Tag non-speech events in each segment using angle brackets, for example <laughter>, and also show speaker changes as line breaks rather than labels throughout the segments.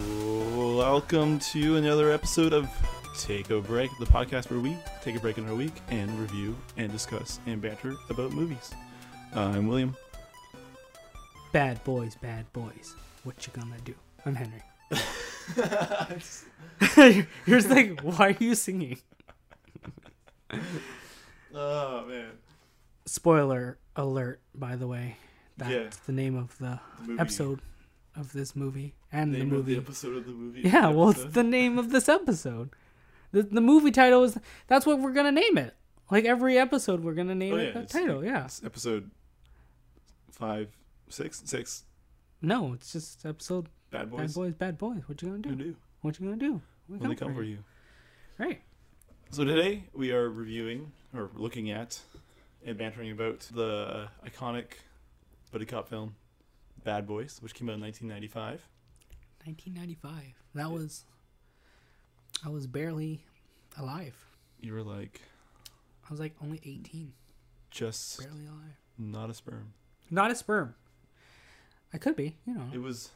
Welcome to another episode of Take a Break, the podcast where we take a break in our week and review and discuss and banter about movies. Uh, I'm William.
Bad boys, bad boys. What you gonna do? I'm Henry.
<laughs>
You're just like, why are you singing?
<laughs> Oh man,
Spoiler alert, by the way. That's
Yeah.
the name of the,
The movie.
episode of this movie and
name
the
of the
movie.
episode of the movie.
yeah, well, it's
Episode.
the name
<laughs>
of this episode. The, the movie title is that's what we're gonna name it. Like every episode, we're gonna name
Oh,
it
yeah,
that
it's
title. Yeah.
It's episode five, six, six.
No, it's just episode
Bad boys,
bad boys, bad boys. What you gonna
who
do?
do
What you gonna do? We
when they come for you.
Right.
So today we are reviewing or looking at and bantering about the iconic buddy cop film Bad Boys, which came out in 1995.
1995. That was. I was barely alive.
You were like
I was like only 18,
just
barely alive.
not a sperm.
Not a sperm. I could be, you know.
It was.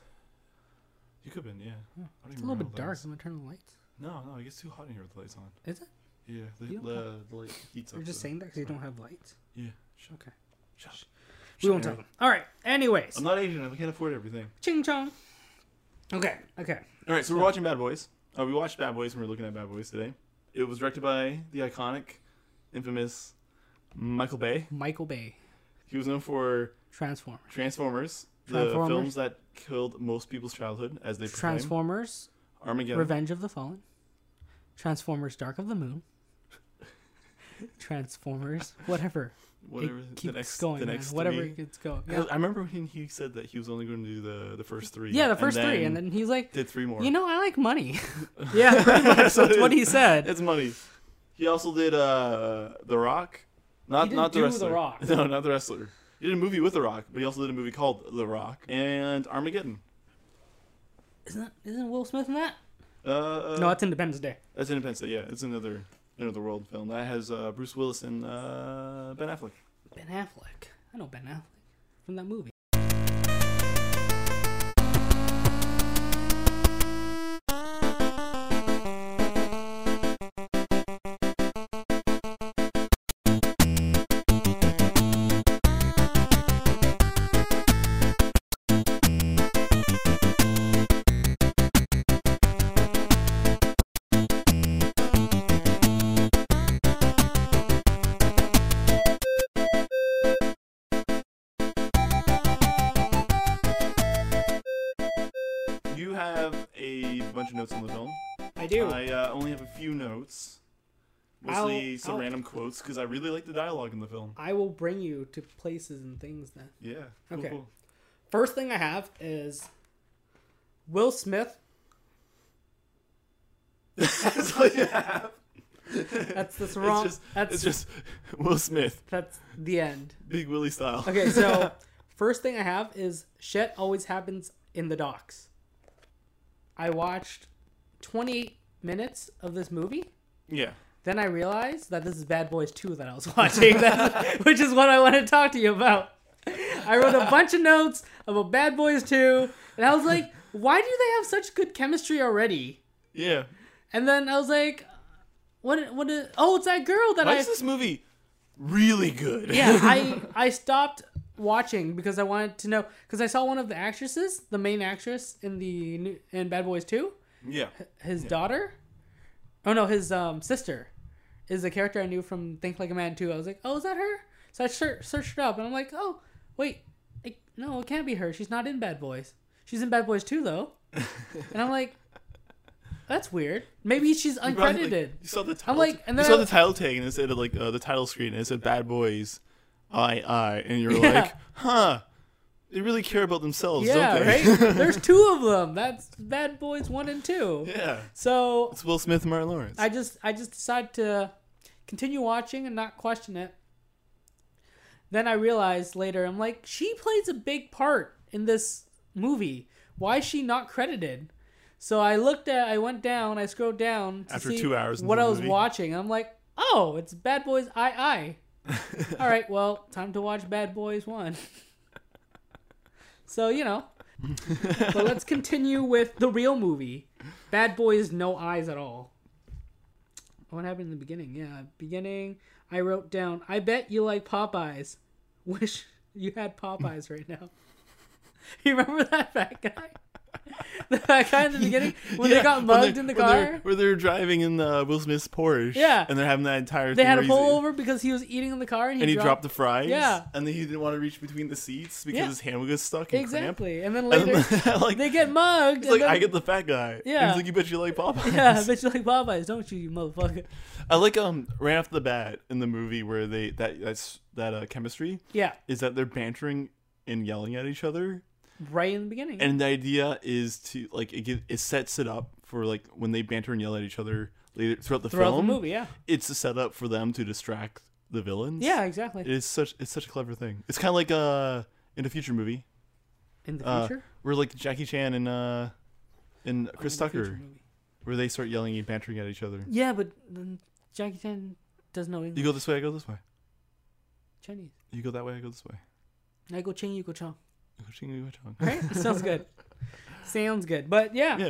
You could have been, yeah.
Yeah.
I don't
It's a
even
little
remember
bit
how that
dark.
was.
I'm gonna turn on the lights.
No, no, it gets too hot in here with the lights on.
Is it?
Yeah, the,
You don't
the, the light heats up.
You're just
the-
saying that because you don't have lights.
Yeah. Shut
Okay.
Shut up.
We won't
Shut
tell
up.
them. All right. Anyways,
I'm not Asian. I can't afford everything.
ching chong. Okay. Okay.
All right, so we're watching Bad Boys. Uh, we watched Bad Boys and we're looking at Bad Boys today. It was directed by the iconic, infamous Michael Bay.
Michael Bay,
He was known for
Transformers.
Transformers, the
Transformers.
films that killed most people's childhood, as they proclaim.
Transformers,
Armageddon.
Revenge of the Fallen, Transformers: Dark of the Moon, <laughs> Transformers, whatever.
whatever the
it keeps
next,
going,
the
man.
next
whatever
three.
it gets going. Yeah,
I remember when he said that he was only going to do the, the first three.
Yeah, the first three, and then he's like,
did three more.
you know, I
<laughs>
like money. <laughs> yeah, pretty
That's
much. That's
what it <laughs>
what he said.
it's money. He also did uh, The Rock.
He
Not
didn't
not the
do The
wrestler.
Rock.
<laughs> No, not the wrestler. He did a movie with The Rock, but he also did a movie called The Rock and Armageddon.
Isn't isn't Will Smith in that?
Uh, uh,
no, that's Independence Day.
that's Independence Day. Yeah, it's another another world film that has uh, Bruce Willis and uh, Ben Affleck.
Ben Affleck. I know Ben Affleck from that movie.
You have a bunch of notes on the film.
I do.
I uh, only have a few notes, mostly
I'll-
some
I'll-
random quotes because I really like the dialogue in the film.
I will bring you to places and things that.
Yeah. cool,
Okay.
cool. <laughs>
First thing I have is Will Smith.
That's all
<laughs>
you have.
That's that's
<laughs>
wrong.
It's just,
that's
it's just Will Smith,
that's the end.
Big Willie style.
Okay, so <laughs> first thing I have is shit always happens in the docks. I watched 28 minutes of this movie.
Yeah.
Then I realized that this is Bad Boys 2 that I was <laughs> watching, That's- which is what I want to talk to you about. I wrote a bunch of notes about Bad Boys 2, and I was like, why do they have such good chemistry already?
Yeah.
And then I was like, what? What? Is, oh, it's that girl that
Why
I
is this movie really good?
yeah, I I stopped watching because I wanted to know because I saw one of the actresses, the main actress in the new- in Bad Boys Two,
<laughs> yeah.
his daughter. Oh no, his um sister is a character I knew from Think Like a Man Two. I was like, oh, is that her? So I ser- searched her up and I'm like, oh, wait, it, no, it can't be her. She's not in Bad Boys. She's in Bad Boys
<laughs>
Two though, and I'm like, that's weird. Maybe she's
Right,
uncredited.
like, you saw the title.
I'm like- and then
you saw
I-
the title tag and it said like uh, the title screen and it said "Bad Boys," I I, and you're
Yeah.
like, huh? They really care about themselves,
yeah,
don't
right.
they?
There's two of them. That's Bad Boys One and Two.
<laughs> yeah.
So
It's Will Smith, and Martin Lawrence.
I just I just decided to continue watching and not question it. Then I realized later I'm like she plays a big part in this movie. Why is she not credited? So I looked at I went down I scrolled down to
After
see
two hours into
what
the
I was
movie.
watching. I'm like oh it's Bad Boys I
<laughs> <laughs>
I. All right, well time to watch Bad Boys One. so you know but let's continue with the real movie. Bad Boys, no eyes at all. What happened in the beginning? Yeah, beginning. I wrote down. I bet you like Popeyes. <laughs> Wish you had Popeyes right now. <laughs> You remember that fat guy? <laughs> The fat guy in the
<laughs>
beginning when
Yeah,
they got
when they-
mugged in the
when they're-
car.
where they're driving in the Will Smith's Porsche.
Yeah.
and they're having that entire.
They
thing
had a
where he's-
pull over because he was eating in the car and he,
and he dropped,
dropped,
the fries.
Yeah.
and then he didn't want to reach between the seats because
Yeah.
his hand would get stuck and cramp.
exactly.
<laughs>
And then
And
later
then, like,
they get mugged.
he's
and
like, I
then-
get the fat guy. And
Yeah.
he's like, you bet you like Popeyes.
<laughs> yeah, but you like Popeyes, don't you, you motherfucker?
<laughs> I like um right off the bat in the movie where they that that's that uh, chemistry
Yeah,
is that they're bantering and yelling at each other,
right in the beginning.
and the idea is to like it get, it sets it up for like when they banter and yell at each other later throughout the
throughout
film.
the movie. Yeah,
It's a setup for them to distract the villains.
yeah, exactly.
it is such it's such a clever thing. It's kind of like uh in a future movie
In the
uh,
future,
where like Jackie Chan and uh and Chris
Oh, In the future
Tucker
movie.
where they start yelling and bantering at each other.
Yeah, but um, Jackie Chan does know English.
You go this way, I go this way.
Chinese.
You go that way, I go this way.
I go Ching, you go Chong.
You go ching, you go chong.
Right? <laughs> Sounds good. Sounds good. But yeah,
Yeah.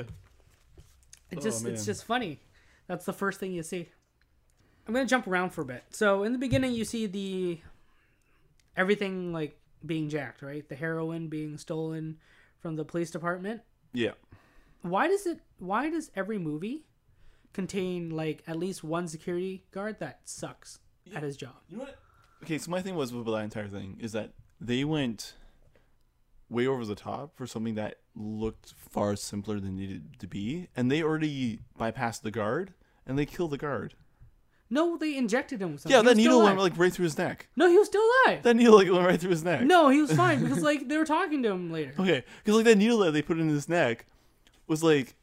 it
Oh,
just
man.
it's just funny. That's the first thing you see. I'm gonna jump around for a bit. So in the beginning, you see the everything like being jacked, right? The heroin being stolen from the police department.
Yeah.
Why does it? Why does every movie contain like at least one security guard that sucks at his job?
You know what? Okay, so my thing was with that entire thing is that they went way over the top for something that looked far simpler than it needed to be, and they already bypassed the guard and they killed the guard.
No, they injected him with something.
Yeah,
He
that
was still
needle
alive.
went like right through his neck.
No, he was still alive.
That needle like went right through his neck.
No, he was fine because like they were talking to him later.
Okay, because like that needle that they put in his neck was like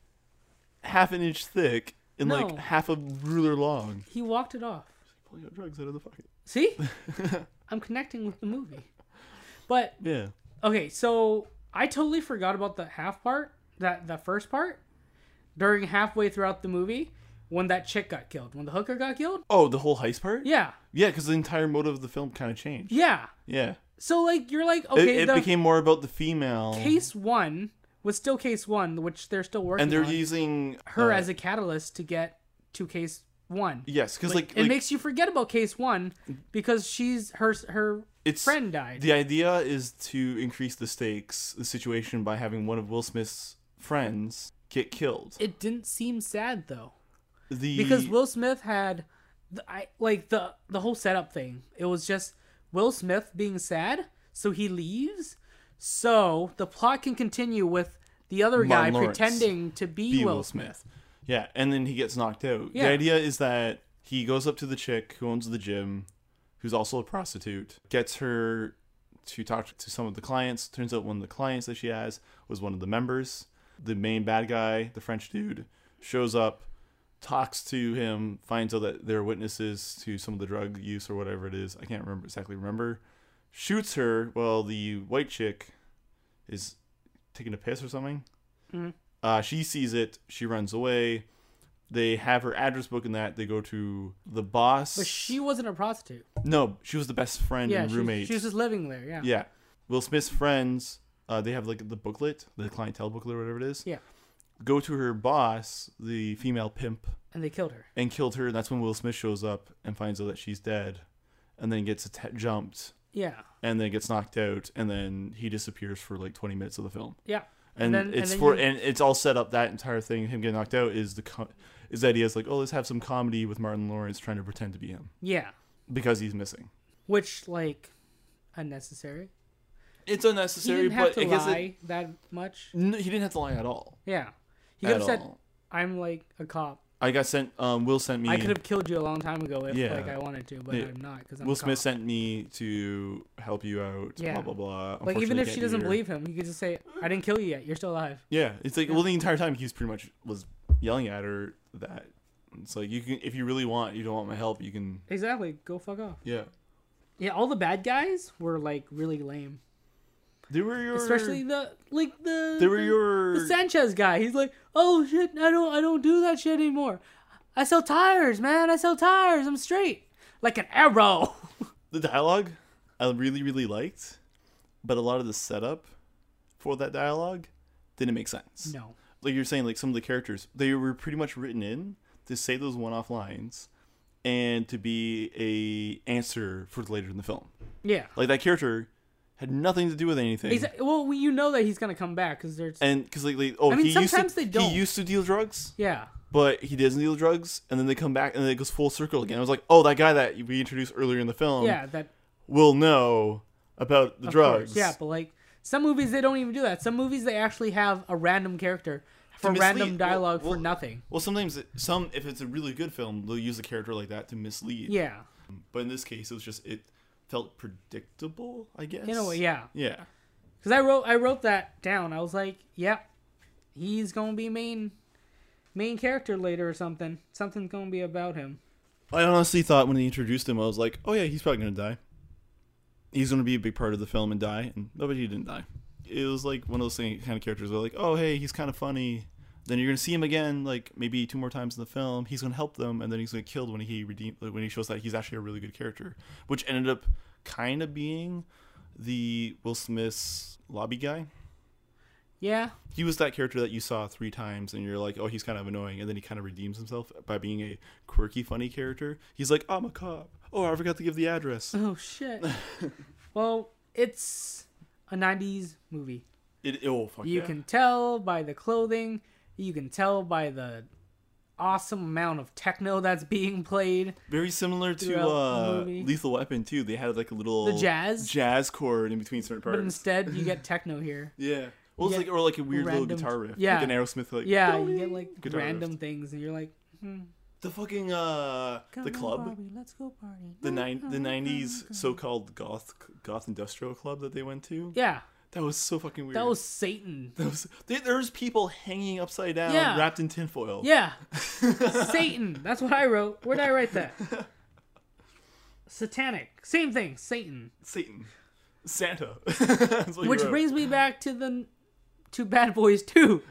half an inch thick and
No.
like half a ruler long.
He walked it off.
Pulling out drugs out of the pocket. <laughs>
See? I'm connecting with the movie. But
Yeah.
okay, so I totally forgot about the half part, that the first part during halfway throughout the movie when that chick got killed, when the hooker got killed.
Oh, the whole heist part.
Yeah.
Yeah, because the entire motive of the film kind of changed.
Yeah.
Yeah.
So like you're like
It,
okay,
it
the
became more about the female,
case 1 was still case 1, which they're still working
and they're
on
using
her
uh,
as a catalyst to get to case 1.
yes, because like,
it
like,
makes you forget about case one because she's her her
it's
friend died.
the idea is to increase the stakes, the situation by having one of Will Smith's friends get killed.
it didn't seem sad though
The
because Will Smith had the, I like the the whole setup thing. It was just Will Smith being sad, so he leaves, so the plot can continue with the other guy
Martin Lawrence.
pretending to be,
be
Will, Smith.
Yeah, and then he gets knocked out.
Yeah.
The idea is that he goes up to the chick who owns the gym, who's also a prostitute, gets her to talk to some of the clients. Turns out one of the clients that she has was one of the members. The main bad guy, the French dude, shows up, talks to him, finds out that they're witnesses to some of the drug use or whatever it is. I can't remember exactly remember. Shoots her while the white chick is taking a piss or something.
Hmm.
Uh, she sees it. She runs away. They have her address book and that. They go to the boss.
But she wasn't a prostitute.
no, she was the best friend
Yeah,
and
she,
roommate.
she was just living there. Yeah.
yeah. Will Smith's friends, uh, they have like the booklet, the clientele booklet or whatever it is.
Yeah.
Go to her boss, the female pimp,
And they killed her.
and killed her. And that's when Will Smith shows up and finds out that she's dead and then gets atta jumped
Yeah.
and then gets knocked out. And then he disappears for like 20 minutes of the film
Yeah.
and,
then- and
it's
then
for
you-
and it's all set up that entire thing him getting knocked out is the co is that he has like oh let's have some comedy with martin lawrence trying to pretend to be him
Yeah.
because he's missing
Which like unnecessary.
it's
He
unnecessary
didn't have
but
to
i guess
lie
it,
that much.
no, he didn't have to lie at all
Yeah. He could
at
have said,
all.
I'm like a cop.
i got sent um will sent me
I could have killed you a long time ago if
Yeah.
like I wanted to, but
Yeah.
I'm not because I'm
will
a cop.
smith sent me to help you out
Yeah.
blah blah blah
Like even
Unfortunately,
if she
can't
doesn't
be here.
believe him, you could just say, I didn't kill you yet. You're still alive.
yeah it's like well the entire time he's pretty much was yelling at her that it's like you can if you really want you don't want my help you can
Exactly. Go fuck off.
yeah
Yeah. All the bad guys were like really lame,
they were your
especially the like the
they were
the-
your
the Sanchez guy. He's like, oh shit, I don't I don't do that shit anymore. I sell tires, man. I sell tires. I'm straight like an arrow. <laughs>
the dialogue I really really liked, but a lot of the setup for that dialogue, then it makes sense.
No.
Like you're saying, like some of the characters, they were pretty much written in to say those one-off lines, and to be a answer for later in the film.
Yeah.
Like that character had nothing to do with anything.
He's, well, we, you know that he's gonna come back because there's.
And because like, like, oh,
mean,
he used
sometimes
to,
they don't.
he used to deal drugs,
yeah.
but he doesn't deal drugs, and then they come back and then it goes full circle again. I was like, oh, that guy that we introduced earlier in the film
yeah. That.
will know about the
of course.
um, drugs.
Yeah, but like some movies they don't even do that. Some movies they actually have a random character for
mislead-
random
well,
dialogue
well-
for nothing.
Well, sometimes it, some if it's a really good film, they'll use a character like that to mislead.
Yeah.
But in this case, it was just it felt predictable, I guess.
In a way, yeah.
Yeah.
Because I wrote I wrote that down. I was like, yep, he's gonna be main main character later or something. Something's gonna be about him.
I honestly thought when they introduced him, I was like, oh yeah, he's probably gonna die. He's gonna be a big part of the film and die, and but he didn't die. It was like one of those thing, kind of characters where like, oh hey, he's kind of funny. Then you're gonna see him again, like maybe two more times in the film. He's gonna help them, and then he's gonna get killed when he redeem when he shows that he's actually a really good character, which ended up kind of being the Will Smith's lobby guy.
Yeah. <laughs>
He was that character that you saw three times, and you're like, oh, he's kind of annoying, and then he kind of redeems himself by being a quirky, funny character. He's like, I'm a cop. Oh, I forgot to give the address. <laughs>
Oh shit. well, it's a '90s movie.
It oh fuck
You
yeah.
can tell by the clothing. You can tell by the awesome amount of techno that's being played.
very similar to
throughout the
uh,
movie.
Lethal Weapon too. They had like a little
The jazz?
jazz chord in between certain
But
parts.
instead,
<laughs>
you get techno here.
yeah, well, it's
Yeah.
like or like a weird little
Random-
guitar riff.
Yeah.
like an Aerosmith like
Yeah, you get like
Guitar
random things, and you're like,
the fucking uh
Come
the
on,
club.
Barbie, let's go party.
The
No,
nine,
no,
the
no,
nineties
no.
so-called goth, goth industrial club that they went to.
Yeah,
That was so fucking weird.
that was Satan.
Those, <laughs> there- there's people hanging upside down,
Yeah.
wrapped in tinfoil.
Yeah, Satan. That's what I wrote. Where did I write that?
<laughs>
Satanic. Same thing. Satan.
Satan, Santa. <laughs> That's what you
Which
wrote.
brings me back to the to Bad Boys 2.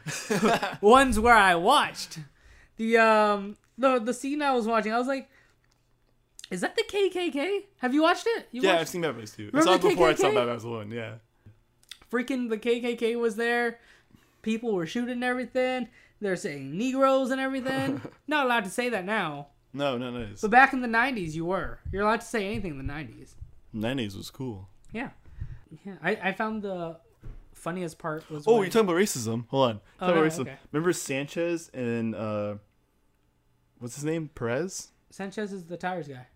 Ones where I watched. The um the the scene I was watching, I was like, is that the KKK? Have you watched it? You
yeah, I've
watched
seen Bad Boys Two. I
Remember
saw it before I saw
KKK?
Bad Boys One. Yeah,
freaking the KKK was there. People were shooting everything. They're saying Negroes and everything. Not allowed to say that now.
no, no, no. it's-
But back in the 90s, you were. You're allowed to say anything in the 90s.
Nineties was cool.
Yeah. Yeah. I, I found the funniest part was.
Oh,
when-
you're talking about racism. Hold on,
Oh,
talking
no,
about racism.
okay.
Remember Sanchez and uh, what's his name? Perez?
Sanchez is the tires guy.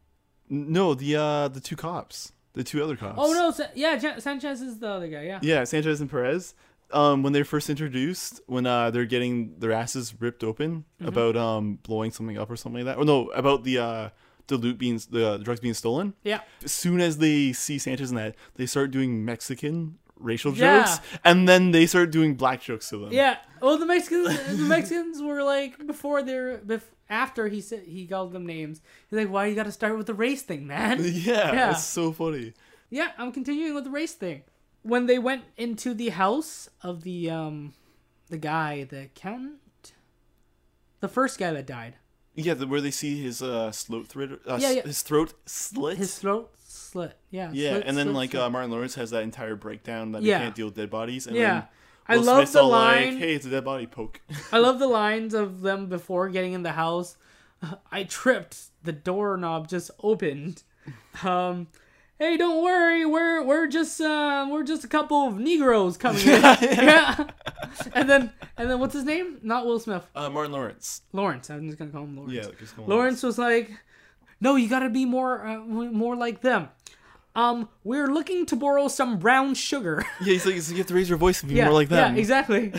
N- No, the uh, the two cops, the two other cops.
Oh no, Sa- yeah, Ja- Sanchez is the other guy. Yeah,
Yeah, Sanchez and Perez. Um, when they're first introduced, when uh, they're getting their asses ripped open
Mm-hmm.
about um, blowing something up or something like that. Or no, about the uh, the loot being the uh, drugs being stolen.
yeah.
As soon as they see Sanchez and that, they start doing Mexican racial
Yeah.
jokes, and then they start doing black jokes to them.
Yeah. Well, the Mexicans, the Mexicans were like before they're bef- after he said he called them names. He's like, "Why you got to start with the race thing,
<laughs>
man?"
<laughs> yeah,
Yeah.
it's so funny.
yeah, I'm continuing with the race thing. When they went into the house of the um, the guy, the accountant, the first guy that died,
Yeah, the, where they see his uh, throat thread, uh,
Yeah, yeah.
his throat slit.
his throat slit. Yeah.
yeah,
slit,
and then
slit,
like
slit.
Uh, Martin Lawrence has that entire breakdown that
Yeah.
he can't deal with dead bodies, and
yeah.
then
I
Will
love
Smith's
the
all
line.
Like, hey, it's a dead body. Poke.
I love the lines of them before getting in the house. <sighs> I tripped. The doorknob just opened. Um, hey, don't worry. We're we're just um, we're just a couple of Negroes coming
<laughs>
in. <laughs> yeah. And then and then what's his name? Not Will Smith.
Uh, Martin Lawrence.
Lawrence. I'm just gonna call him Lawrence.
Yeah, like, just go on.
Lawrence was like, "No, you gotta be more uh, more like them." Um, we're looking to borrow some brown sugar. <laughs>
Yeah, he's like, he's like, you have to raise your voice and be more like that.
Yeah, exactly.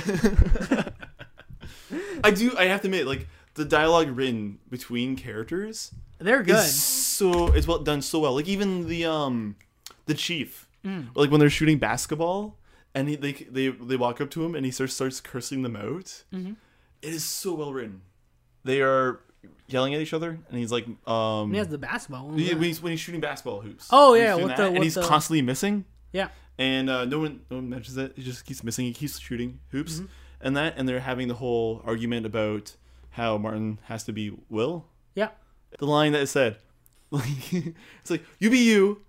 <laughs> I do. I have to admit, like the dialogue written between characters
They're good.
is so it's well done so well. Like even the um the chief,
Mm.
like when they're shooting basketball and he, they they they walk up to him and he starts starts cursing them out.
Mm-hmm.
It is so well written. They are yelling at each other, and he's like, um,
He has the basketball. one.
yeah, when, he's, when he's shooting basketball hoops.
Oh,
He's
yeah,
doing that,
with the-
and
with
he's
the-
constantly missing.
yeah.
and uh, no one no one mentions it. He just keeps missing. He keeps shooting hoops
Mm-hmm.
and that, and they're having the whole argument about how Martin has to be Will.
Yeah.
The line that is said, <laughs> like, it's like you be you,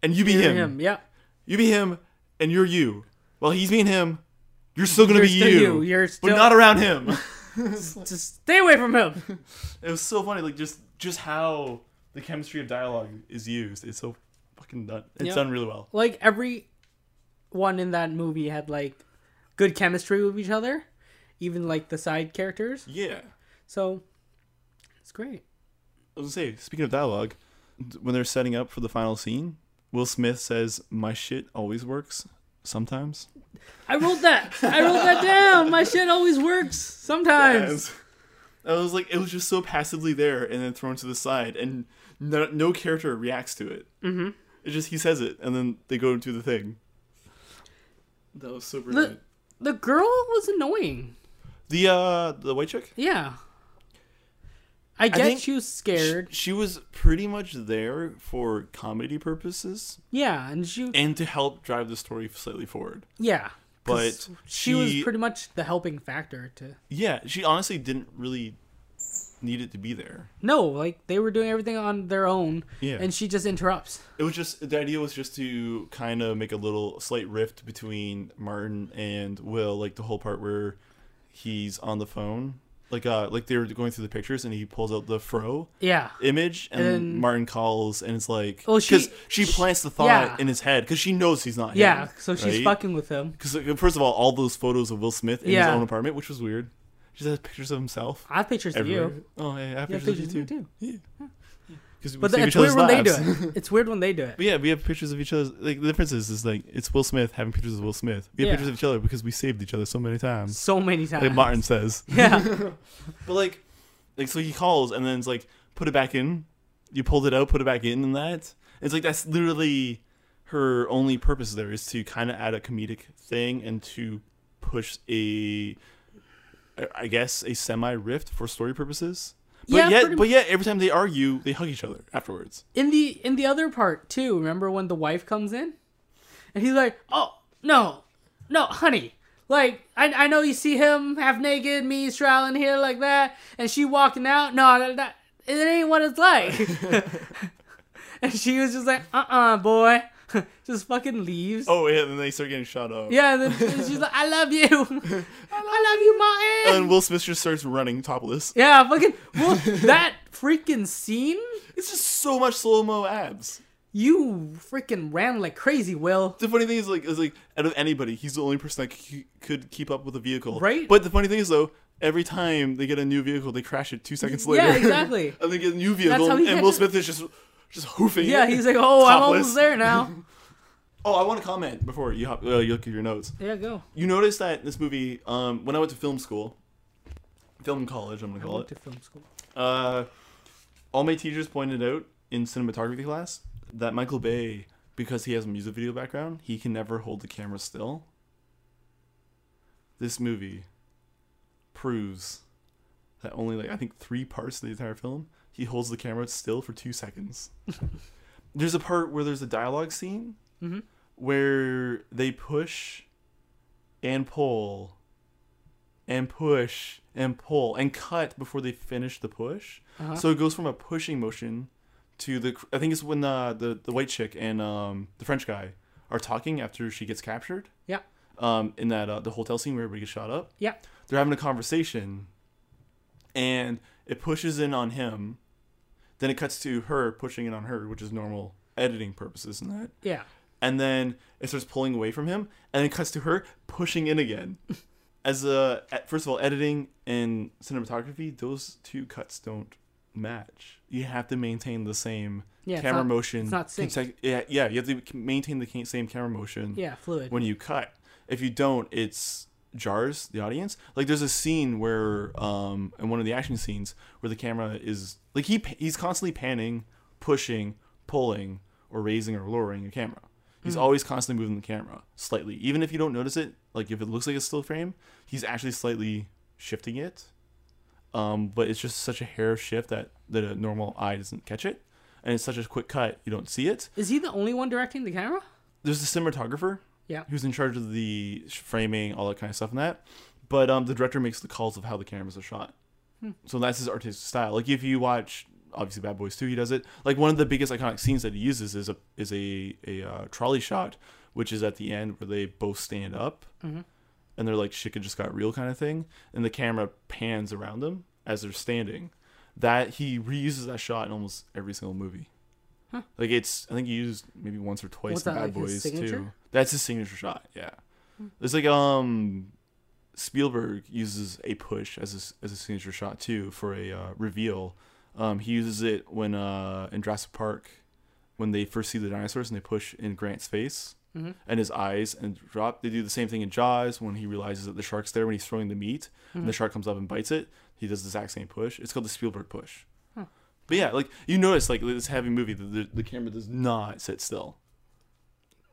and you be him.
him. Yeah.
You be him, and you're you. well, he's being him. You're still gonna
You're
be
still
you,
you. You're
but
still-
not around
<laughs>
him.
Just stay away from him. <laughs>
it was so funny, like just just how the chemistry of dialogue is used. It's so fucking done. It's
Yeah.
done really well.
like every one in that movie had like good chemistry with each other, even like the side characters.
Yeah.
So it's great.
I was gonna say, speaking of dialogue, th- when they're setting up for the final scene, Will Smith says, "My shit always works." Sometimes.
I wrote that. I wrote that down. My shit always works sometimes.
I was like, it was just so passively there and then thrown to the side, and no, no character reacts to it. Mm-hmm. It's just he says it, and then they go do the thing. That was so
The
brilliant.
the girl was annoying.
The uh, the white chick.
Yeah. I get
think
she was scared.
She was pretty much there for comedy purposes
yeah, and she
and to help drive the story slightly forward.
yeah, 'Cause
But
she was
she-
pretty much the helping factor to
Yeah, she honestly didn't really need it to be there.
No, like they were doing everything on their own
Yeah.
and she just interrupts.
It was just the idea was just to kind of make a little slight rift between Martin and Will, like the whole part where he's on the phone, like uh, like they were going through the pictures and he pulls out the fro
Yeah.
image, and,
And-
Martin calls and it's like,
Well, she-
she plants the thought
yeah.
in his head because she knows he's not him,
Yeah, so she's
right?
fucking with him.
Because first of all, all those photos of Will Smith in
Yeah.
his own apartment, which was weird. She has pictures of himself.
I have pictures of
everywhere.
you.
Oh yeah, I have
You have
pictures of you
pictures of
too.
me,
Yeah. Because we
But
save
th- it's
each other's
weird when they
lives.
do it. It's weird when they do it.
But yeah, we have pictures of each other. Like the difference is, is like it's Will Smith having pictures of Will Smith. We have
Yeah.
pictures of each other because we saved each other so many times.
So many times.
Like Martin says.
Yeah.
But like, like so he calls and then it's like put it back in. You pulled it out, put it back in, and that it's like that's literally her only purpose there is to kind of add a comedic thing and to push a, I- I guess a semi rift for story purposes. But
Yeah,
yet,
pretty
but yet, every time they argue, they hug each other afterwards.
in the in the other part too, remember when the wife comes in? And he's like, Oh, no, no, honey. Like, I, I know you see him half naked, me straddling here like that, and she walking out. No, that, that, it ain't what it's like.
<laughs>
<laughs> and she was just like, uh uh, boy. <laughs> just fucking leaves.
Oh yeah, then they start getting shot up.
Yeah, and then she's like, I
<laughs>
love you. <laughs> I love you, Martin.
and Will Smith just starts running topless.
Yeah, fucking
<laughs>
well, that freaking scene.
It's just so much slow mo abs.
You freaking ran like crazy, Will.
The funny thing is, like, is like out of anybody, he's the only person that c- could keep up with a vehicle.
Right?
But the funny thing is, though, every time they get a new vehicle, they crash it two seconds later.
Yeah, exactly.
<laughs> and they get a new
how
vehicle,
he
and
had
Will
to-
Smith is just just hoofing.
Yeah,
it.
he's like, oh, I'm
Topless.
almost there <laughs> now.
Oh, I want to comment before you hop, uh, you look at your notes.
Yeah, go.
You notice that in this movie, um, when I went to film school, film college, I'm gonna
I
call
went
it.
to film school.
Uh, all my teachers pointed out in cinematography class that Michael Bay, because he has a music video background, he can never hold the camera still. This movie proves that only like I think three parts of the entire film he holds the camera still for two seconds. there's a part where there's a dialogue scene
Mhm.
where they push and pull and push and pull and cut before they finish the push.
Uh-huh.
So it goes from a pushing motion to the I think it's when the the, the white chick and um, the French guy are talking after she gets captured.
Yeah,
Um, in that uh, the hotel scene where everybody gets shot up,
yeah,
they're having a conversation, and it pushes in on him. Then it cuts to her pushing in on her, which is normal editing purposes and that.
yeah.
And then it starts pulling away from him, and it cuts to her pushing in
<laughs>
again. As a at- first of all, editing and cinematography, those two cuts don't match. You have to maintain the same
Yeah, it's
camera
not-
motion.
it's not synced.
consec- yeah, yeah, you have to c- maintain the ca- same camera motion
Yeah, fluid.
when you cut. If you don't, it's jars the audience. Like there's a scene where um in one of the action scenes where the camera is like he pa- he's constantly panning, pushing, pulling, or raising or lowering a camera. He's always constantly moving the camera slightly, even if you don't notice it. Like if it looks like a still frame, he's actually slightly shifting it. Um, but it's just such a hair shift that that a normal eye doesn't catch it, and it's such a quick cut you don't see it.
Is he the only one directing the camera?
There's the cinematographer
Yeah.
who's in charge of the sh- framing, all that kind of stuff, and that. But um, the director makes the calls of how the cameras are shot. So that's his artistic style. Like if you watch, obviously Bad Boys Two, he does it. Like one of the biggest iconic scenes that he uses is a is a a uh, trolley shot which is at the end where they both stand up and they're like, shit could just got real kind of thing. And the camera pans around them as they're standing. That he reuses that shot in almost every single movie. Like it's, I think he used maybe once or twice
What's
in
that,
Bad
like, his
Boys too.
signature? Hmm.
That's his signature shot. Yeah, it's like um, Spielberg uses a push as a, as a signature shot too for a uh, reveal. Um, he uses it when uh in Jurassic Park when they first see the dinosaurs and they push in Grant's face and his eyes and drop. They do the same thing in Jaws when he realizes that the shark's there when he's throwing the meat and the shark comes up and bites it. He does the exact same push. It's called the Spielberg push. But yeah, like you notice, like this heavy movie, the, the, the camera does not sit still.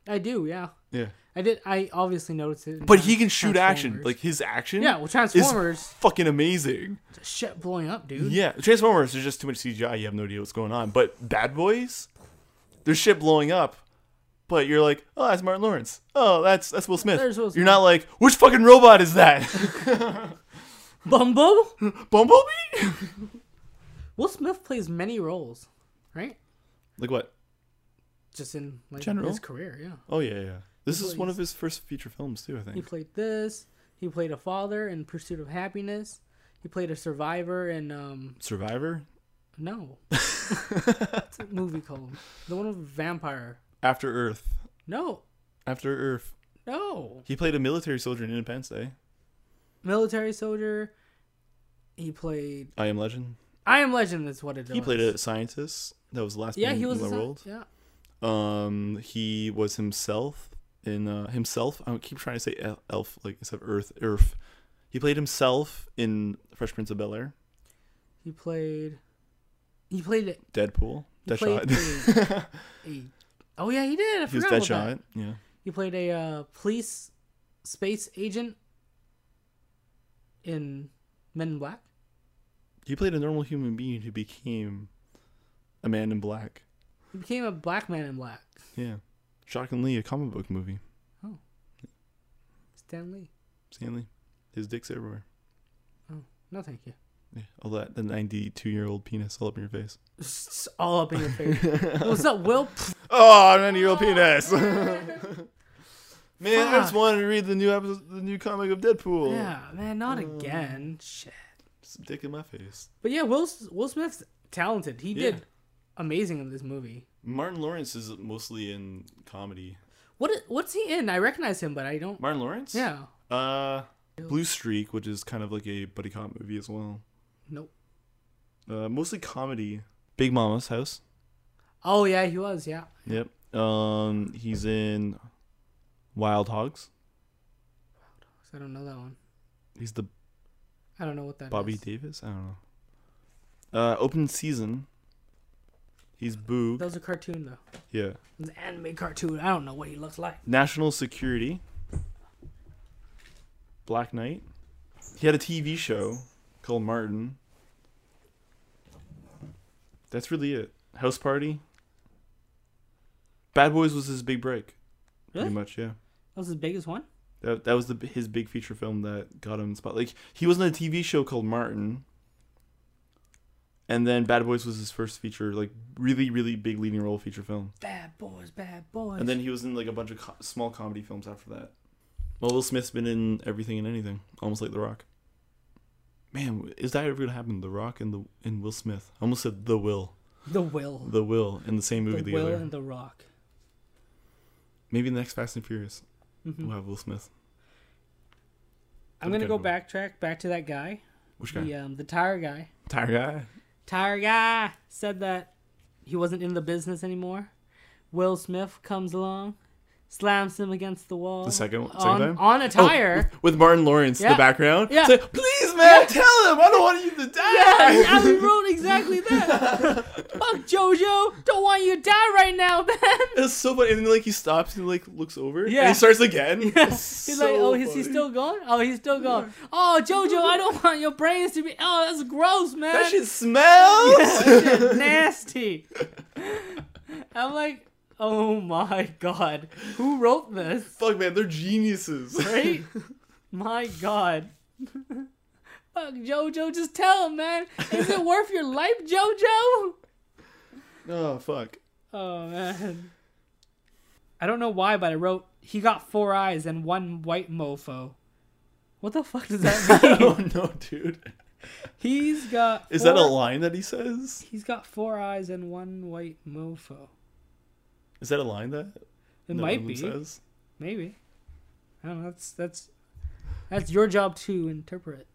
I do, yeah.
Yeah.
I did. I obviously noticed it. in
But
Trans-
he can shoot action.
Transformers.
Like his action.
yeah, well,
is
Transformers,
fucking amazing.
shit blowing up, dude.
Yeah, Transformers is just too much CGI. You have no idea what's going on. But Bad Boys, there's shit blowing up. But you're like, oh, that's Martin Lawrence. Oh, that's that's Will Smith.
There's Will
You're not like, which fucking robot is that? <laughs>
Bumbo.
Bumblebee?
Will Smith plays many roles, right?
<laughs> like what?
Just in like
General.
his career, yeah.
Oh yeah, yeah. This is one
plays-
of his first feature films too, I
He
think.
played this. He played a father in Pursuit of Happiness. He played a survivor in um
Survivor. <laughs>
no. What's that movie called the one with vampire.
After Earth.
No,
After Earth.
no.
He played a military soldier in Independence Day.
Military soldier. He played
I Am Legend.
I Am Legend. Is what it
He
was.
played a scientist. That was the last.
Yeah,
man
he was
in the
a son-
world.
Yeah.
Um, he was himself in uh, himself. I keep trying to say el- elf, like instead of Earth, Earth. He played himself in Fresh Prince of Bel Air,
He played. He played it.
Deadpool,
He played
Deadshot. <laughs>
a, a- oh yeah, he did. I
he was
forgot about that.
Deadshot. Yeah,
He played a uh, police space agent in Men in Black.
he played a normal human being who became a man in black.
He became a black man in black.
Yeah, shockingly, a comic book movie.
Stan Lee.
Stanley, his dick's everywhere.
No, thank you.
Yeah, all that the ninety-two-year-old penis all up in your face.
It's all up in
<laughs>
your face. What's up, Will? Pff,
Oh, ninety year old
<laughs>
penis. Man, I
Fuck.
just wanted to read the new episode, the new comic of Deadpool.
Yeah, man, not again. Shit.
Just a dick in my face.
But yeah, Will S- Will Smith's talented. He
Yeah.
did amazing in this movie.
Martin Lawrence is mostly in comedy.
What i- what's he in? I recognize him, but I don't.
Martin Lawrence?
Yeah.
Uh, Blue Streak, which is kind of like a buddy cop movie as well.
Nope.
Uh, mostly comedy. Big Mama's House.
Oh yeah, he was. Yeah.
Yep. Um, he's in Wild Hogs.
I don't know that one.
He's the
I don't know what that is.
Bobby Davis. I don't know. Uh, Open Season. He's Boog.
That was a cartoon though.
Yeah.
It was an anime cartoon. I don't know what he looks like.
National Security, Black Knight. He had a TV show called Martin. That's really it. House Party. Bad Boys was his big break.
Really?
Pretty much, yeah.
That was his biggest one.
That that was the his big feature film that got him the spot. Like he was in a TV show called Martin. And then Bad Boys was his first feature, like really, really big leading role feature film.
Bad boys, bad boys.
And then he was in like a bunch of co- small comedy films after that. Well, Will Smith's been in everything and anything, almost like The Rock. Man, is that ever gonna happen? The Rock and the and Will Smith. I almost said The Will,
the Will,
The Will in the same
the
movie
Will,
together.
and the Rock.
Maybe in the next Fast and Furious,
Mm-hmm.
we'll have Will Smith.
I'm
That'd
gonna
be
go
good.
backtrack back to that guy,
Which guy?
the um, the tire guy.
Tire guy.
Tire guy said that he wasn't in the business anymore. Will Smith comes along, slams him against the wall.
The second one- second
on,
time?
on a
Oh, <laughs>
tire.
with, with Martin Lawrence in
Yeah.
the background.
Yeah.
It's like, please, man, tell him. I don't want you to die.
Yeah, yeah, we wrote exactly that. Fuck Jojo, don't want you to die right now, <laughs> man.
It's so funny. And then like he stops and like looks over.
Yeah.
And he starts again. It's
He's
so
like, oh, is he
funny.
still gone? Oh, he's still gone. Oh, Jojo, I don't want your brains to be. Oh, that's gross, man.
That <laughs> shit smells.
That shit nasty. I'm like, oh my god, who wrote this?
Fuck, man, they're geniuses. <laughs>
Right? my god. Fuck Jojo, just tell him, man. Is it worth your life, Jojo? <laughs>
oh, fuck.
Oh man. I don't know why, but I wrote he got four eyes and one white mofo. What the fuck does that
I <laughs>
mean?
don't know, dude.
he's got
Is that a
four-
line that he says?
He's got four eyes and one white mofo.
Is that a line that
It
that
might
Roman
be.
says?
Maybe. I don't know. That's that's that's your job to interpret.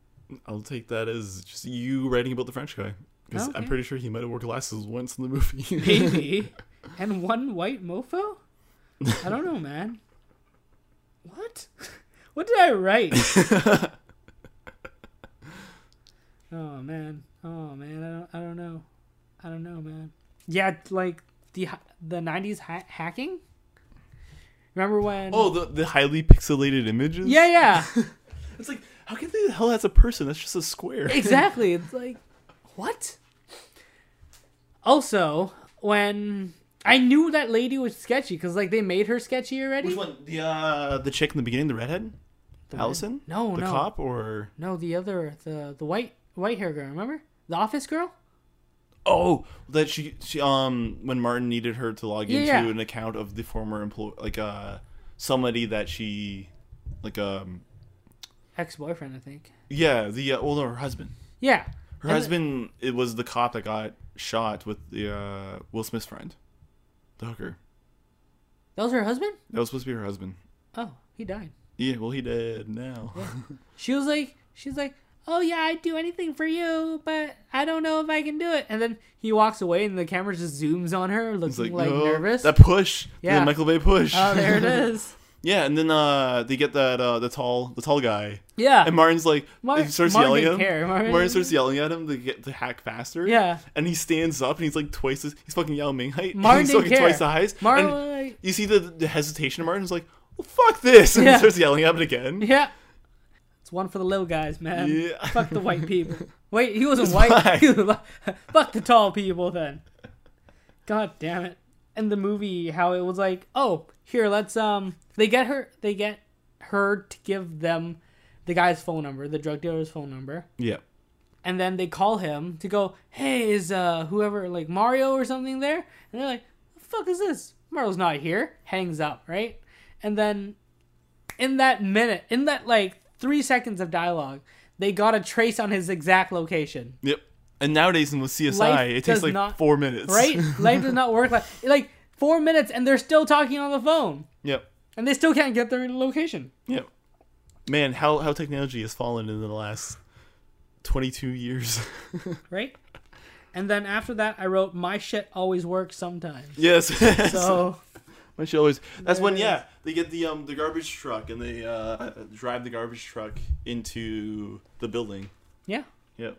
I'll take that as just you writing about the French guy because I'm
Okay.
pretty sure he might have wore glasses once in the movie. <laughs>
<laughs> Maybe. and one white mofo? I don't know, man. What? <laughs> What did
<laughs>
I write? oh man. Oh man. I don't. I don't know. I don't know, man. Yeah, like the ha- the '90s ha- hacking. Remember when?
oh, the the highly pixelated images.
Yeah,
<laughs>
yeah.
It's like how can the hell that's a person? That's just a square.
exactly. It's like, what? Also, when I knew that lady was sketchy, because like they made her sketchy already.
Which one? The uh, the chick in the beginning, the redhead, Allison.
No,
the
no.
cop or
No, the other, the the white white hair girl. Remember the office girl?
oh that she she um when Martin needed her to log
Yeah,
into
yeah.
an account of the former employee like uh somebody that she like um
Ex boyfriend, I think.
yeah the uh, well no her husband
Yeah.
her
And-
husband it was the cop that got shot with the uh Will Smith's friend the hooker
That was her husband.
that was supposed to be her husband
Oh, he died.
yeah well he did now <laughs>
She was like, she's like, oh yeah, I'd do anything for you, but I don't know if I can do it. And then he walks away, and the camera just zooms on her,
it's
looking
like,
like,
no,
nervous.
that push yeah
Yeah.
Michael Bay push
Oh, there it is.
<laughs> yeah and then uh they get that uh the tall the tall guy
Yeah.
And Martin's like,
Mar-
he starts
Martin
yelling at
didn't
him.
care. Martin-
Martin, starts yelling at him to get to hack faster.
Yeah.
And he stands up and he's like twice as he's fucking Yao Ming <laughs> height.
Martin
he's
didn't
fucking
care.
twice the height.
Martin
and
was like,
you see the, the hesitation of Martin's like, well, fuck this, <laughs> and he
Yeah.
starts yelling at it again.
<laughs> yeah. It's one for the little guys, man.
Yeah.
Fuck the white people. Wait, he wasn't
He's
white.
black.
He <laughs> was li- Fuck the tall people then. God damn it. And the movie, how it was like, oh, here, let's um, they get her, they get her to give them the guy's phone number, the drug dealer's phone number,
Yeah.
and then they call him to go, hey, is uh whoever like Mario or something there? And they're like, the fuck is this? Mario's not here. Hangs up, right? And then in that minute, in that like three seconds of dialogue, they got a trace on his exact location.
Yep. And nowadays in with CSI,
Life
it takes
does
like
not-
four minutes.
Right? Life does not work like like four minutes and they're still talking on the phone.
<laughs> Yep.
And they still can't get their location.
Yep. Man, how how technology has fallen in the last twenty two years. <laughs>
Right? And then after that I wrote My shit always
<laughs>
works sometimes.
yes.
So
My show always. That's when
Yes.
yeah, they get the um the garbage truck and they uh drive the garbage truck into the building.
yeah.
Yep.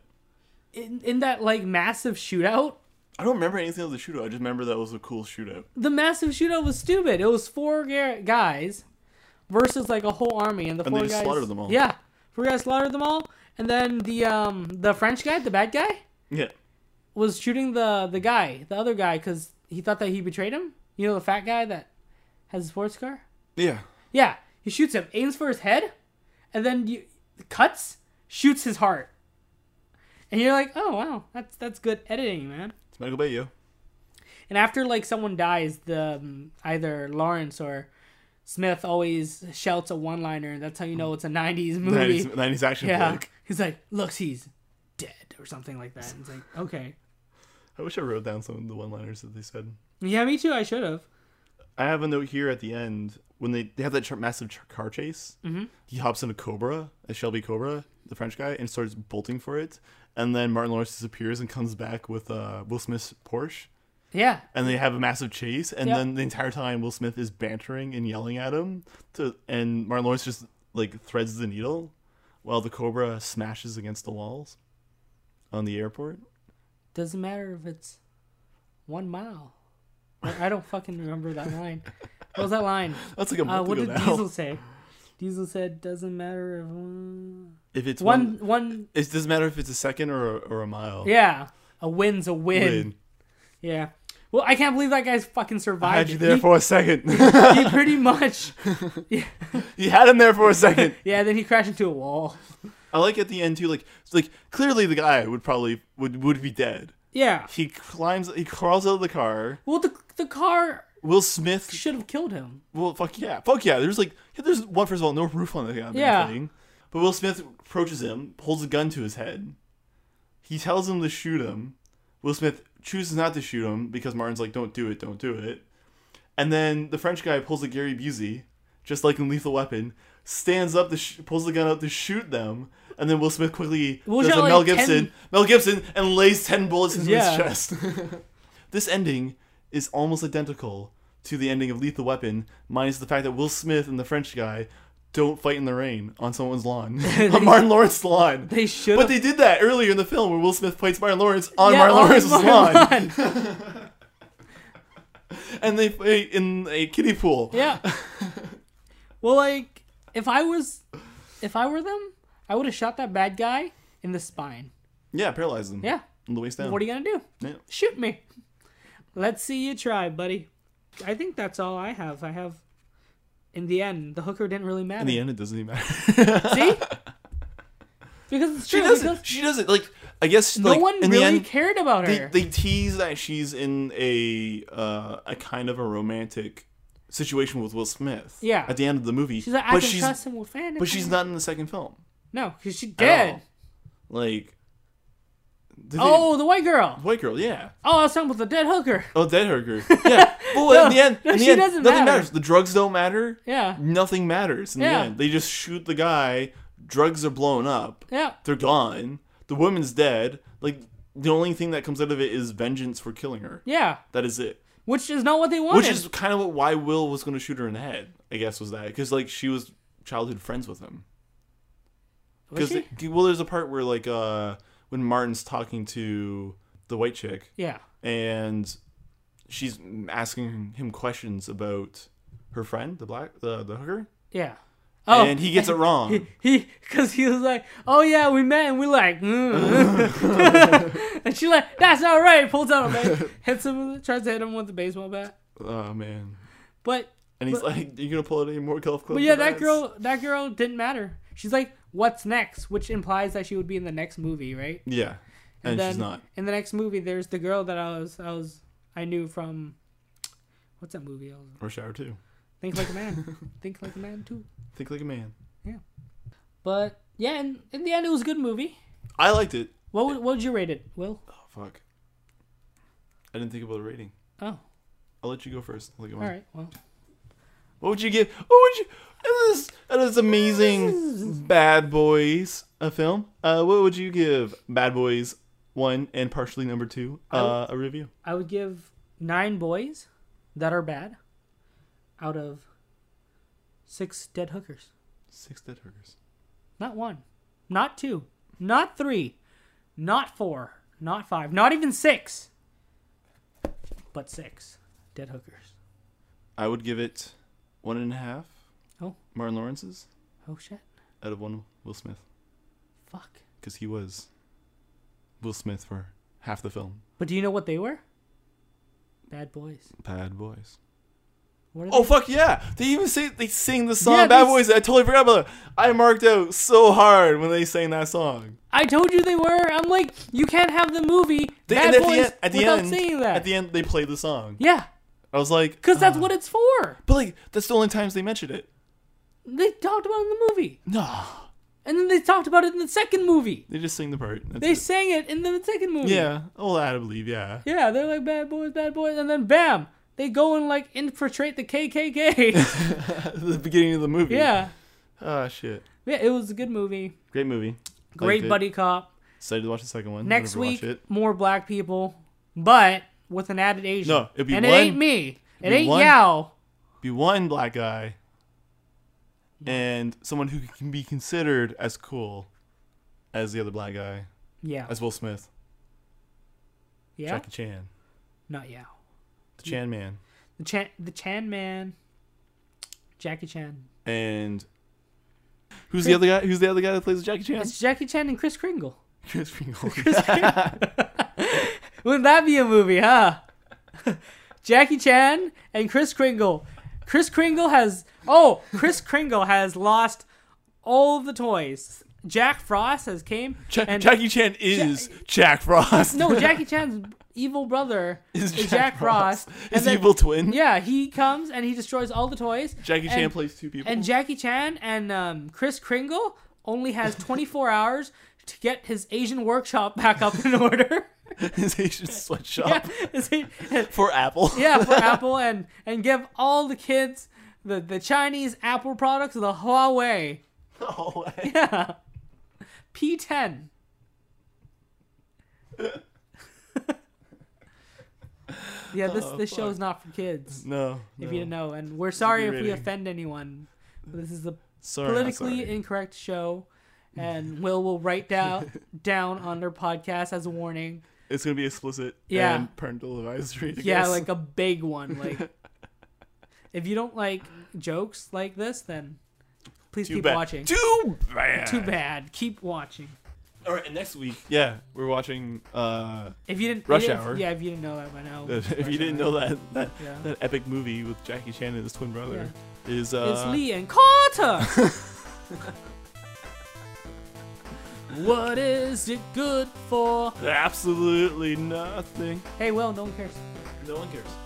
In in that like massive shootout,
I don't remember anything of the shootout. I just remember that was a cool shootout.
the massive shootout was stupid. It was four ga- guys versus like a whole army, and the
And they
four
just
guys
slaughtered them all.
Yeah, four guys slaughtered them all, and then the um the French guy, the bad guy,
Yeah.
was shooting the the guy, the other guy, because he thought that he betrayed him. You know, the fat guy that has a sports car.
Yeah.
Yeah, he shoots him, aims for his head, and then you, cuts, shoots his heart. And you're like, oh wow, that's that's good editing, man.
It's Michael Bay, yo.
And after like someone dies, the um, either Lawrence or Smith always shouts a one-liner, and that's how you know it's a '90s movie.
90s, 90s action
yeah,
flick.
he's like, "Looks, he's dead" or something like that. And it's like, okay,
I wish I wrote down some of the one-liners that they said.
yeah, me too. I should have.
I have a note here at the end when they, they have that tr- massive tr- car chase. Mm-hmm. He hops in a Cobra, a Shelby Cobra, the French guy, and starts bolting for it. And then Martin Lawrence disappears and comes back with uh, Will Smith's Porsche.
Yeah,
and they have a massive chase, and
Yeah.
then the entire time Will Smith is bantering and yelling at him, to, and Martin Lawrence just like threads the needle, while the Cobra smashes against the walls on the airport.
doesn't matter if it's one mile. I I don't fucking remember that line. What was that line?
That's like a
Uh,
month
what
ago
did
now.
Diesel say? Diesel said, "Doesn't matter if one,
<laughs> If it's one,
one, one
it doesn't matter if it's a second or a, or a mile.
yeah, a win's a win.
Win.
Yeah. Well, I can't believe that guy's fucking
I
survived.
had you
it.
there
he,
for a second. <laughs>
he pretty much.
you had him there for a
<laughs>
second.
Yeah, then he crashed into a wall.
I like at the end too. Like, it's like clearly the guy would probably would would be dead.
Yeah.
He climbs. He crawls out of the car.
Well, the the car
Will Smith.
Should have killed him.
Well, fuck yeah, fuck yeah. There's like, yeah, there's one. First of all, no roof on the goddamn
Yeah.
thing. But Will Smith approaches him, holds a gun to his head. He tells him to shoot him. Will Smith chooses not to shoot him because Martin's like, "Don't do it, don't do it." And then the French guy pulls a Gary Busey, just like in Lethal Weapon, stands up, to sh- pulls the gun out to shoot them, and then Will Smith quickly
Well,
does
yeah,
a Mel
like 10
Gibson, Mel Gibson, and lays ten bullets into
Yeah.
his chest. <laughs> this ending is almost identical to the ending of Lethal Weapon, minus the fact that Will Smith and the French guy don't fight in the rain on someone's lawn, <laughs>
<laughs>
on Martin Lawrence's lawn.
They should
But
have.
they did that earlier in the film where Will Smith fights Martin Lawrence on
Yeah,
Martin
on
Lawrence's
Martin
lawn.
Lawrence.
<laughs> and they fight in a kiddie pool. <laughs>
yeah. Well, like if I was, if I were them, I would have shot that bad guy in the spine.
Yeah, paralyze them.
Yeah.
On the waist down.
What are you gonna do?
Yeah.
Shoot me. Let's see you try, buddy. I think that's all I have. I have. In the end, the hooker didn't really matter.
in the end, it doesn't even matter. <laughs>
See? Because it's
She
true.
doesn't.
because
She doesn't. Like, I guess.
no
like,
one
in
really
the end,
cared about
they,
her.
they tease that she's in a uh, a kind of a romantic situation with Will Smith.
Yeah.
At the end of the movie,
she's like, I
but
can
she's
trust him with anything.
but she's not in the second film.
No, because she's
at all.
dead.
Like. did they-
Oh, the white girl.
White girl, yeah.
Oh, I was talking about the dead hooker.
Oh, dead
<laughs>
hooker. Yeah. Well, in the end,
no,
in the
she
end,
doesn't
nothing
matter.
matters. The drugs don't matter.
Yeah.
Nothing matters in
Yeah.
the end. They just shoot the guy. Drugs are blown up.
Yeah.
They're gone. The woman's dead. Like the only thing that comes out of it is vengeance for killing her.
Yeah.
That is it.
Which is not what they wanted.
Which is kind of what why Will was going to shoot her in the head. I guess was that because like she was childhood friends with him.
Was she?
they- well, there's a part where like uh when Martin's talking to the white chick
yeah.
and she's asking him questions about her friend, the black, the the hooker,
Yeah. Oh.
and he gets it
<laughs>
wrong.
he, because he was like, oh yeah, we met and we
<laughs>
like, mm. <laughs> and she like, that's not right. Pulls
<laughs>
out a bat, hits him, with- tries to hit him with the baseball bat.
Oh man.
But
And he's like, "You gonna pull out any more golf clubs?"
But yeah, that girl, that girl didn't matter. She's like, "What's next?" which implies that she would be in the next movie, right?
Yeah, and, she's not.
In the next movie, there's the girl that I was, I was, I knew from. What's that movie? I was,
Rush Hour Two.
Think like
<laughs>
a man. Think like a man too.
Think like a man.
But yeah, in, in the end, it was a good movie.
I liked it.
What would, what would you rate it, Will?
Oh fuck. I didn't think about the rating.
Oh,
I'll let you go first. Look at
all
mine.
right. Well,
What would you give? What would you? It is it is amazing. Bad Boys, a film. Uh, what would you give Bad Boys one and partially number two uh, a review?
I would give nine boys that are bad out of six dead hookers.
Six dead hookers.
Not one. Not two. Not three. Not four. Not five. Not even six. But six. Dead hookers.
I would give it one and a half.
Oh.
Martin Lawrence's
Oh shit.
out of one Will Smith
Fuck.
because he was Will Smith for half the film.
But do you know what they were? Bad boys.
Bad Boys.
What are
Oh fuck yeah! They even say they sing the song
Yeah,
Bad
they s-
Boys. I totally forgot about that. I marked out so hard when they sang that song.
they? I told you they were. I'm like, you can't have the movie
They, and
Bad
at
Boys
the end, at the
without
end,
saying that.
at the end, they play the song.
yeah,
I was like,
because that's
"Ah."
what it's for.
But like, that's the only times they mentioned it.
They talked about it in the movie,
No,
and then they talked about it in the second movie.
they just sing the part. That's
They
it.
sang it in the second movie.
yeah. Oh, that I believe. Yeah. <laughs>
Yeah, they're like bad boys, bad boys, and then bam, they go and like infiltrate
<laughs>
the KKK.
the beginning of the movie.
yeah,
Oh shit.
yeah, it was a good movie.
Great movie.
Great
Liked it.
buddy cop.
Excited to watch the second one.
Next
Whenever I
week,
watch it.
more black people, but with an added Asian.
No, it'd be
and
one-
it ain't me. It
be
ain't
one-
Yao.
be one black guy, and someone who can be considered as cool as the other black guy,
Yeah,
as Will Smith,
yeah,
Jackie Chan,
not Yao.
the Chan Man,
The Chan, the Chan man, Jackie Chan.
and who's the other guy? Who's the other guy that plays Jackie Chan?
It's Jackie Chan and Chris Kringle.
Chris Kringle.
Wouldn't that be a movie, huh? <laughs> Jackie Chan and Chris Kringle. Chris Kringle has oh, Chris Kringle has lost all of the toys. Jack Frost has came
Jack-
and
Jackie Chan is Jack Frost. <laughs>
no Jackie Chan's evil brother is Jack, Frost. and
His
then-
evil twin.
Yeah, he comes and he destroys all the toys.
Jackie
and-
Chan plays two people.
And Jackie Chan and um, Chris Kringle only has 24 hours to get his Asian workshop back up in order. <laughs>
<laughs> His Asian sweatshop
yeah, is he-
for Apple.
yeah, for <laughs> Apple and and give all the kids the the Chinese Apple products, the Huawei.
<laughs> No way.
Yeah.
<laughs>
P10. yeah, this
Oh,
this
fuck.
show's not for kids.
No. no.
If you didn't know, and we're sorry if we
rating.
offend anyone. This is a
Sorry, not
politically
sorry. <laughs>
incorrect show, and Will will write down down on their podcast as a warning.
it's gonna be explicit.
Yeah.
And parental advisory. I
Yeah,
guess.
like a big one.
<laughs>
Like, if you don't like jokes like this, then please
too
keep
bad.
watching.
Too bad.
Too bad. Keep watching.
All right, and next week, yeah, we're watching. uh <laughs>
If you didn't,
Rush
if-
Hour.
Yeah, if you didn't know that by now.
<laughs> If you didn't know that that,
Yeah.
that epic movie with Jackie Chan and his twin brother is uh,
it's Lee
<laughs>
and Carter. what is it good for?
absolutely nothing.
Hey, Will, no one cares.
No one cares.